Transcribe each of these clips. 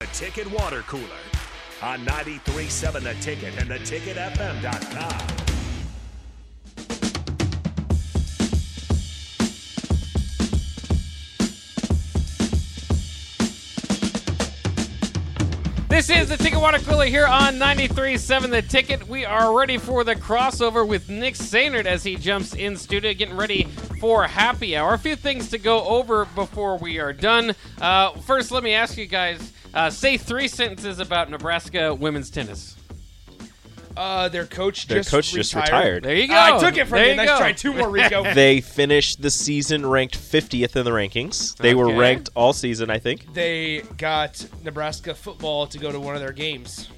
The Ticket Water Cooler on 937 The Ticket and theticketfm.com. This is the Ticket Water Cooler here on 93.7 The Ticket. We are ready for the crossover with Nick Sainert as he jumps in studio, getting ready for happy hour. A few things to go over before we are done. Uh, first, let me ask you guys uh, say three sentences about Nebraska women's tennis. Uh, their coach Their just coach retired. just retired. There you go. I took it from there you. Nice go. try. Two more, Rico. They finished the season ranked 50th in the rankings. They were Okay. ranked all season, I think. they got Nebraska football to go to one of their games.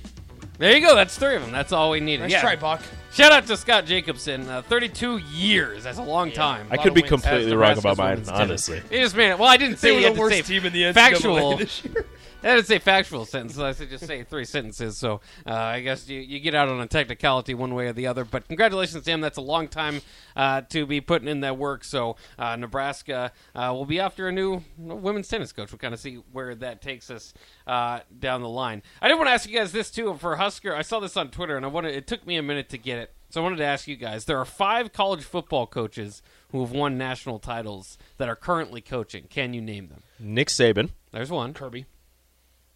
There you go. That's three of them. That's all we needed. Nice yeah. try, Buck. Shout out to Scott Jacobson. Uh, 32 years. That's a long time. I lot could of be wins. completely As wrong about Nebraska's mine, women's tennis. honestly. He just made it. Well, I didn't say They you were had the to worst say team in the NCAA factual. this year. I didn't say factual sentences. I said just say three sentences. So uh, I guess you, you get out on a technicality one way or the other. But congratulations, Sam. That's a long time uh, to be putting in that work. So uh, Nebraska uh, will be after a new women's tennis coach. We'll kind of see where that takes us uh, down the line. I did want to ask you guys this too for Husker. I saw this on Twitter, and I wanted it took me a minute to get it. So I wanted to ask you guys: there are five college football coaches who have won national titles that are currently coaching. Can you name them? Nick Saban, There's one, Kirby,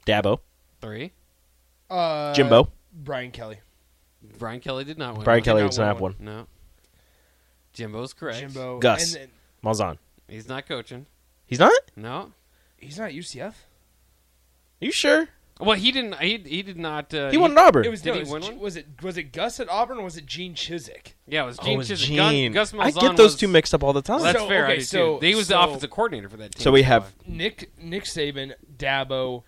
Dabo, three. uh, Jimbo. Brian Kelly, Brian Kelly did not win. Brian Kelly not does not win have one. No. Jimbo's correct. Jimbo, Gus. And, and Malzahn. He's not coaching. He's not? No. he's not UCF. you sure? Well, he didn't. He, he did not. Uh, He won at Auburn. It was, Did no, he it was, win G- one? was it was it Gus at Auburn or was it Gene Chiswick? Yeah, it was oh, it Gene. was Chiswick. Gene. Gus, Gus I Malzahn get those was- two mixed up all the time. Well, that's So, fair. I okay, do too. so- he was the so- offensive coordinator for that team. so we have Nick Nick Saban, Dabo,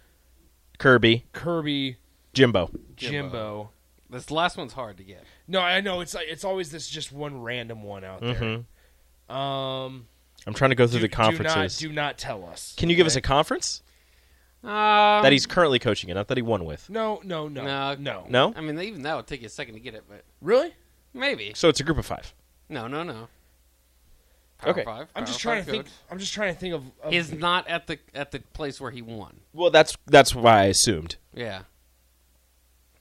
Kirby, Kirby, Jimbo. Jimbo. this last one's hard to get. No, I know it's like it's always this just one random one out Mm-hmm. there. Um, I'm trying to go through do, the conferences. Do not, do not tell us. Can you give us a conference Um, that he's currently coaching in? I thought he won with. No, no, no, No. no, No? I mean, even that would take you a second to get it, but Really? maybe. So it's a group of five. No, no, no. Power Okay. Five, I'm Power just trying Five to think. coach. I'm just trying to think of, of Is not at the at the place where he won. Well, that's that's why I assumed. Yeah.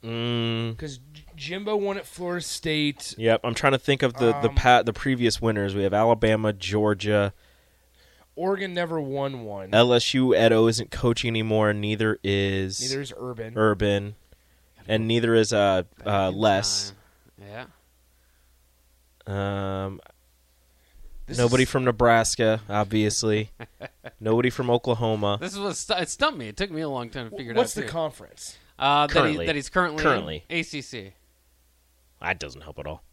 Mm, because Jimbo won at Florida State. yep, I'm trying to think of the the Um, pa- the previous winners. We have Alabama, Georgia, Oregon never won one. LSU Edo isn't coaching anymore. Neither is Neither is Urban. Urban, and neither is uh, Back uh in Les. time. Yeah. Um, This nobody is- from Nebraska, obviously. nobody from Oklahoma. This is what stu- it stumped me. It took me a long time to figure it What's out. the too. conference? Uh, that, he, Currently. that he's currently Currently. in ACC. That doesn't help at all.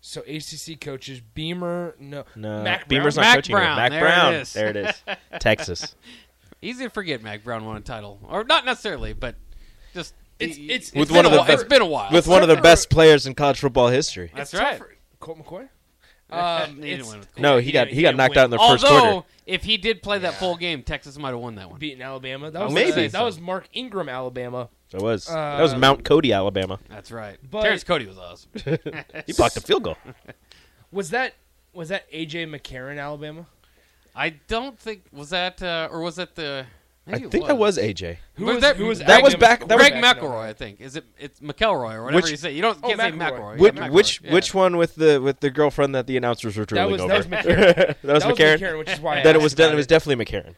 So ACC coaches Beamer. No, No, Mac Brown? Beamer's not Mac coaching. here. Brown, Mac there it Brown. is. There it is. Texas. Easy to forget Mac Brown won a title, or not necessarily, but just It's- y- it's- With been one a of the while. it's best- been a while. With one of the Tucker- best players in college football history. That's It's right. tough for- Colt McCoy. Um, He didn't it's win with Colt. No, he got he got didn't knocked win. out in the first Although, quarter. if he did play that full game, Texas might have won that one. beating Alabama. That was Maybe. that was Mark Ingram, Alabama. That was that was Mount Cody, Alabama. That's right. But- Terrence Cody was awesome. He blocked a field goal. Was that was that AJ McCarron, Alabama? I don't think was that, uh, or was that the? I Maybe it think that was AJ. Who Was was that- who was that was Alabama's back- that was Greg quarterback? McElroy. I think is it? It's McElroy or whatever Which- you say. You don't Oh, can't say McElroy. McElroy. Which Yeah, McElroy. which Yeah. which one with the with the girlfriend that the announcers were That drooling was over? that was McCarron. that was that was McCarron. McCarron, which is why I Then it asked was about done. It was definitely McCarron.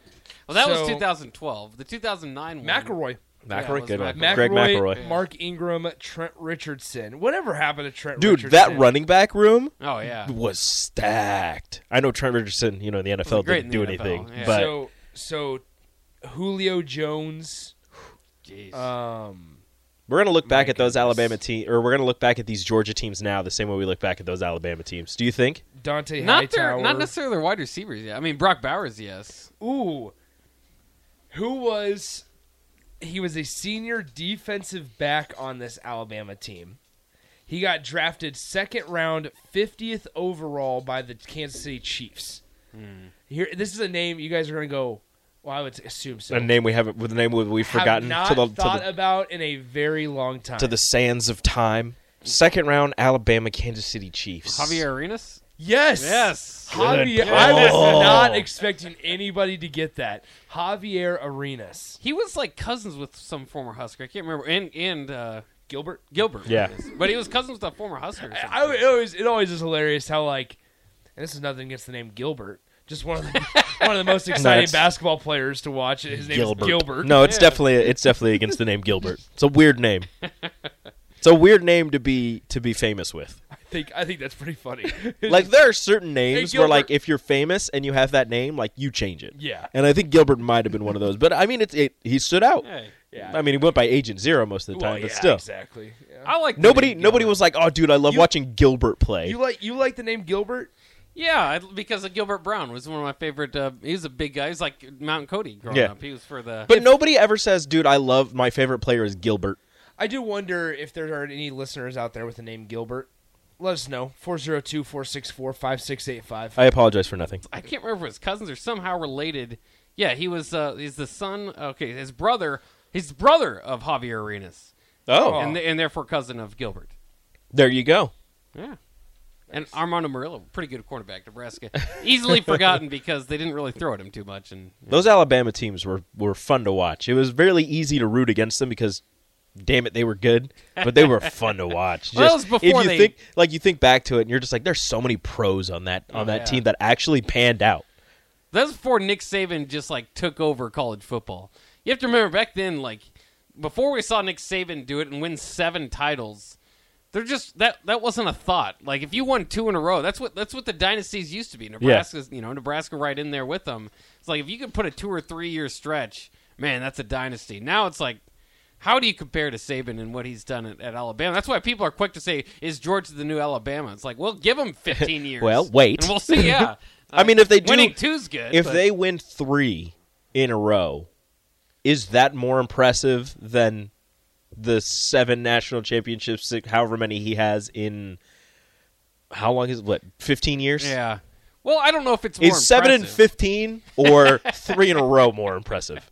Well, that was So- 2012. The 2009 one. McElroy. McElroy, it was good one. McElroy. McElroy, Greg McElroy. Mark Ingram, Trent Richardson. Whatever happened to Trent Dude, Richardson? that running back room Oh yeah. was stacked. I know Trent Richardson, you know, in the NFL great in didn't do the NFL, anything, yeah. but So so Julio Jones. Jeez. Um, we're gonna look back at those Alabama teams, or we're gonna look back at these Georgia teams now the same way we look back at those Alabama teams. Do you think? Dante not their, Hightower. not necessarily their wide receivers. Yeah, I mean Brock Bowers. Yes, Ooh, who was? He was a senior defensive back on this Alabama team. He got drafted second round, fiftieth overall by the Kansas City Chiefs. Hmm. Here, this is a name you guys are going to go. Well, I would assume so. A name we haven't, with a name we've Have forgotten not to the to thought the, about in a very long time. to the sands of time. Second round, Alabama, Kansas City Chiefs. Javier Arenas. Yes. Yes. Javier, I was not expecting anybody to get that. Javier Arenas. He was like cousins with some former Husker. I can't remember. And and uh, Gilbert. Gilbert. Yeah. it is. But he was cousins with a former Husker. or something. I, I- it always it always is hilarious how like and this is nothing against the name Gilbert. Just one of the one of the most exciting it's- basketball players to watch. His name is Gilbert. No, it's Yeah. definitely it's definitely against the name Gilbert. It's a weird name. It's a weird name to be to be famous with. I think I think that's pretty funny. Like there are certain names where Gilbert. like if you're famous and you have that name, like you change it. Yeah. And I think Gilbert might have been one of those. But I mean it's it, he stood out. Hey. Yeah. I mean he went by Agent Zero most of the time, Well, but yeah, still. exactly. Yeah. I like the Nobody name nobody Gilbert. was like, "Oh dude, I love You- watching Gilbert play." You like you like the name Gilbert? Yeah, I, because of Gilbert Brown was one of my favorite. Uh, he was a big guy. He was like Mountain Cody growing Yeah. up. He was for the. but nobody ever says, "Dude, I love my favorite player is Gilbert." I do wonder if there are any listeners out there with the name Gilbert. Let us know. 402 464 5685. I apologize for nothing. I can't remember if his cousins are somehow related. Yeah, he was. Uh, he's the son. Okay, his brother. His brother of Javier Arenas, Oh, and and therefore cousin of Gilbert. there you go. Yeah. And Armando Murillo, pretty good quarterback, Nebraska. Easily forgotten because they didn't really throw at him too much. And Those Alabama teams were were fun to watch. It was really easy to root against them because, damn it, they were good, but they were fun to watch. Well, that was if before you they- think like you think back to it, and you're just like, there's so many pros on that on Oh, that yeah. team that actually panned out. that's before Nick Saban just like took over college football. You have to remember back then, like before we saw Nick Saban do it and win seven titles, they're just that that wasn't a thought. Like if you won two in a row, that's what that's what the dynasties used to be. Nebraska's you know Nebraska right in there with them. It's like if you could put a two or three year stretch, man, that's a dynasty. Now it's like. How do you compare to Saban and what he's done at, at Alabama? That's why people are quick to say, "Is Georgia the new Alabama?" It's like, well, give him fifteen years. Well, wait. and we'll see. Yeah, I mean, if they do, winning two's good. if but- they win three in a row, is that more impressive than the seven national championships, six- however many he has in? How long is it? What, fifteen years? Yeah. Well, I don't know if it's more Is seven and impressive. fifteen or three in a row more impressive?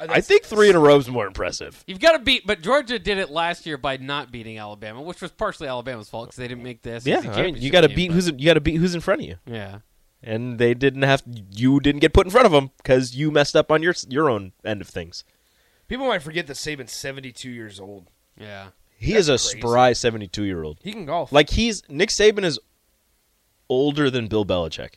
I think three in a row is more impressive. You've got to beat, but Georgia did it last year by not beating Alabama, which was partially Alabama's fault because they didn't make this. Yeah, I mean, you got to beat who's you got to beat who's in front of you, Yeah. and they didn't have you didn't get put in front of them because you messed up on your your own end of things. People might forget that Saban's 72 years old. Yeah. He is a That's crazy. spry seventy two year old. He can golf. Like he's Nick Saban is older than Bill Belichick,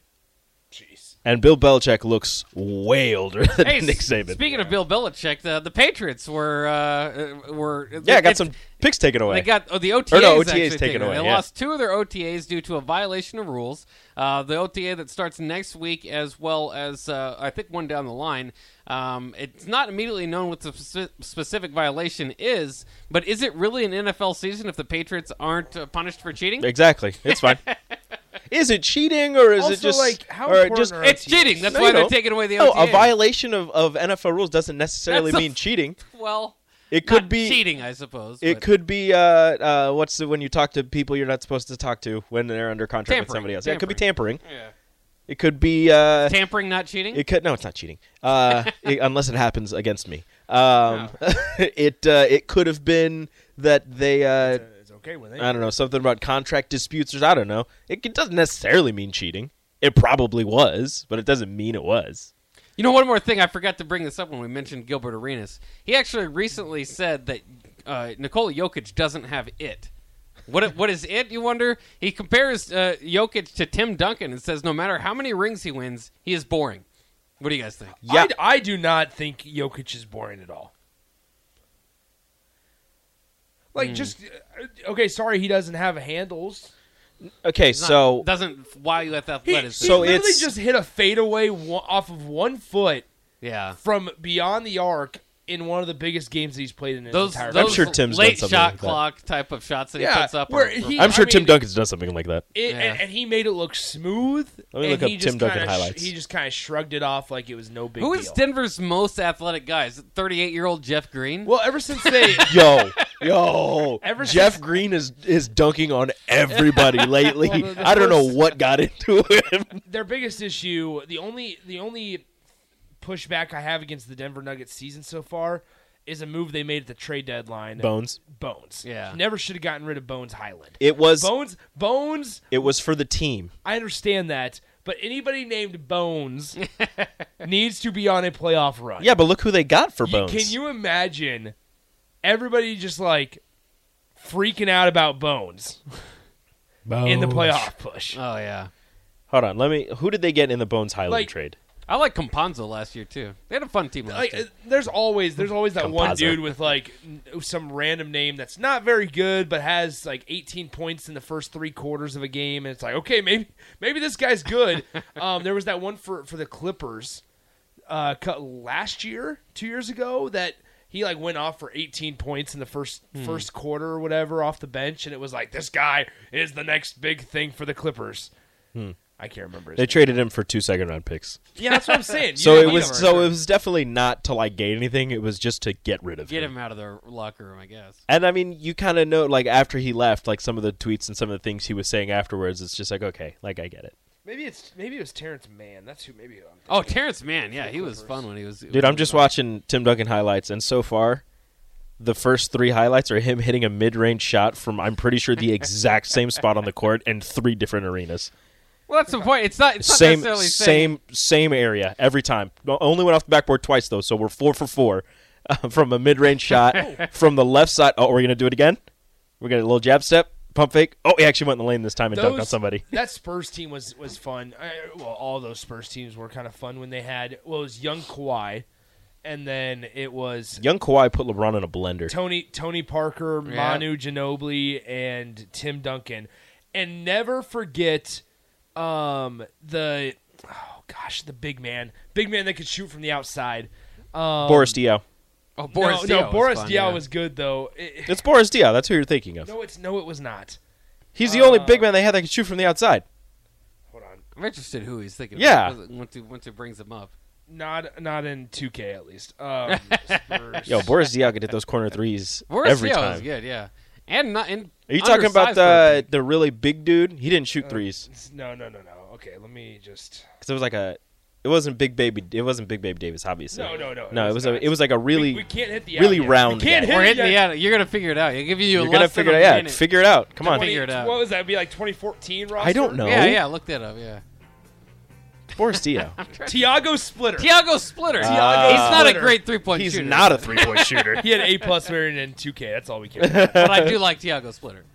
jeez. and Bill Belichick looks way older than Hey, Nick s- Saban. Speaking of Bill Belichick, the, the Patriots were uh, were yeah, it- got some picks taken away. They got oh, the OTAs, OTAs actually taken taken away, They yeah. lost two of their OTAs due to a violation of rules. Uh, the OTA that starts next week, as well as uh, I think one down the line. Um, it's not immediately known what the speci- specific violation is, but is it really an NFL season if the Patriots aren't uh, punished for cheating? exactly, it's fine. is it cheating or is Also, it just like, how or important just are It's OTAs. cheating. That's No, why you they're don't. taking away the No, OTA. a violation of, of NFL rules doesn't necessarily That's a- mean cheating. Well, It could not be cheating, I suppose. It but- could be uh, uh, what's the, when you talk to people you're not supposed to talk to when they're under contract with Tampering. somebody else. Yeah, it could be tampering. Yeah. It could be uh, tampering, not cheating. it could no, it's not cheating. Uh, it- unless it happens against me. Um, it uh, it could have been that they uh, It's okay with I it. don't know something about contract disputes or I don't know. It, it doesn't necessarily mean cheating. It probably was, but it doesn't mean it was. You know, one more thing I forgot to bring this up when we mentioned Gilbert Arenas. He actually recently said that uh, Nikola Jokic doesn't have it. What what is it? You wonder. He compares uh, Jokic to Tim Duncan and says no matter how many rings he wins, he is boring. What do you guys think? Yeah. I, I do not think Jokic is boring at all. Like, just. uh, Okay, sorry, he doesn't have handles. Okay, Not- so doesn't wow you at the He, athleticism. he So literally it's- just hit a fadeaway one, off of one foot yeah, from beyond the arc in one of the biggest games that he's played in his those, entire those I'm sure Tim's done late something shot like that. clock type of shots that he Yeah, puts up. where are- he- I'm sure I Tim mean- Duncan's done something like that. It, Yeah. and, and he made it look smooth. Let me and look up he Tim just Duncan kinda highlights. he just kind of shrugged it off like it was no big who deal. is Denver's most athletic guy? Is it 38 year old Jeff Green? Well, ever since they Yo, yo, Ever since- Jeff Green is is dunking on everybody lately. Well, the I don't know first- what got into him. their biggest issue, the only the only pushback I have against the Denver Nuggets season so far is a move they made at the trade deadline. Bones. Bones. Yeah. Never should have gotten rid of Bones Highland. It was Bones Bones it was for the team. I understand that, but anybody named Bones needs to be on a playoff run. Yeah, but look who they got for Y- Bones. Can you imagine everybody just like freaking out about Bones in the playoff push? Oh yeah, Hold on, let me. Who did they get in the Bones Highland Like- trade? I like Companzo last year too. They had a fun team last like uh, year. there's always there's always that one Campazzo. dude with like n- some random name that's not very good but has like 18 points in the first three quarters of a game and it's like okay maybe maybe this guy's good um, there was that one for for the clippers uh, cu- last year two years ago that he like went off for 18 points in the first Hmm. first quarter or whatever off the bench and it was like this guy is the next big thing for the clippers Hmm. i can't remember his They name. traded him for two second round picks. yeah that's what i'm saying You So know, it he's was a- so it was definitely not to like gain anything. It was just to get rid of Get him out of their locker room, I guess. And I mean, you kind of know like after he left, like some of the tweets and some of the things he was saying afterwards. It's just like okay, like I get it, maybe it's maybe it was terrence mann that's who maybe i'm Oh, Terrence Mann, yeah, he was fun when he was. dude. I'm just watching Tim Duncan highlights, and so far, the first three highlights are him hitting a mid range shot from I'm pretty sure the exact same spot on the court in three different arenas. Well, that's the point. It's not. It's not same necessarily saying- same same area every time. No- Only went off the backboard twice though, so we're four for four uh, from a mid range shot from the left side. Oh, we're gonna do it again. We're gonna a little jab step, pump fake. Oh, he actually went in the lane this time and dunked on Those- somebody. That Spurs team was was fun. I, well, all those Spurs teams were kind of fun when they had well, it was young Kawhi, and then it was Young Kawhi put LeBron in a blender. Tony Tony Parker, Manu Ginobili, and Tim Duncan. And never forget um, the oh gosh, the big man, big man that could shoot from the outside. Um, Boris Diaw. Oh, Boris no, Diaw no, was Boris fun, Diaw yeah. was good though. It- It's Boris Diaw. That's who you're thinking of. no, it's no, it was not. He's the only big man they had that could shoot from the outside. Hold on, I'm interested who he's thinking. Yeah. of. once he once he brings him up. not not in 2K at least. Um, Spurs. Yo, Boris Diaw could hit those corner threes Boris every Diaw time. was good, yeah. And not. And Are you talking about uh, undersized for a the the really big dude? He didn't shoot threes No, no, no, no. Okay, let me just. because it was like a. It wasn't big baby. It wasn't big baby Davis, obviously. No, no, no. No, it was a. not. It was like a really. We, we can't hit the really out yet. round We can't guy. hit We're hitting it the yet. out. You're gonna figure it out. I'll give you. You're a gonna less than figure a it out. minute. Figure it out. Come on. Twenty- figure it out. What was that? Be like 2014 roster. I don't know. Yeah, yeah. Look that up. Yeah. Boris Dio. Tiago Splitter. Tiago Splitter. Tiago he's not a Splitter. great three point He's shooter. not a three point shooter. he had A plus rating in 2K. That's all we care. about. But I do like Tiago Splitter.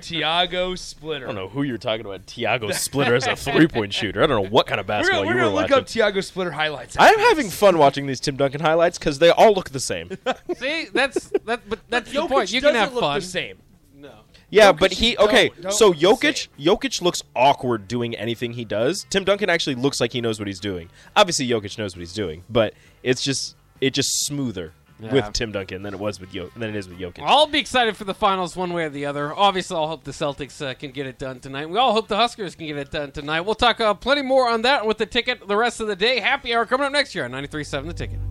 Tiago Splitter. I don't know who you're talking about. Tiago Splitter as a three point shooter. I don't know what kind of We're basketball gonna, we're you were gonna look watching. up Tiago Splitter highlights. I'm having fun watching these Tim Duncan highlights because they all look the same. See, that's that. But that's the Jokic point. You doesn't can have look fun. the same. No. Yeah, Jokic but he don't- okay. don't so look the Jokic, Jokic looks awkward doing anything he does. Tim Duncan actually looks like he knows what he's doing. Obviously, Jokic knows what he's doing, but it's just it just smoother Yeah. with Tim Duncan than it was with Jokic than it is with Jokic. I'll be excited for the finals one way or the other. Obviously, I'll hope the Celtics uh, can get it done tonight. We all hope the Huskers can get it done tonight. We'll talk uh, plenty more on that with the ticket the rest of the day. Happy hour coming up next year on 93.7 The Ticket.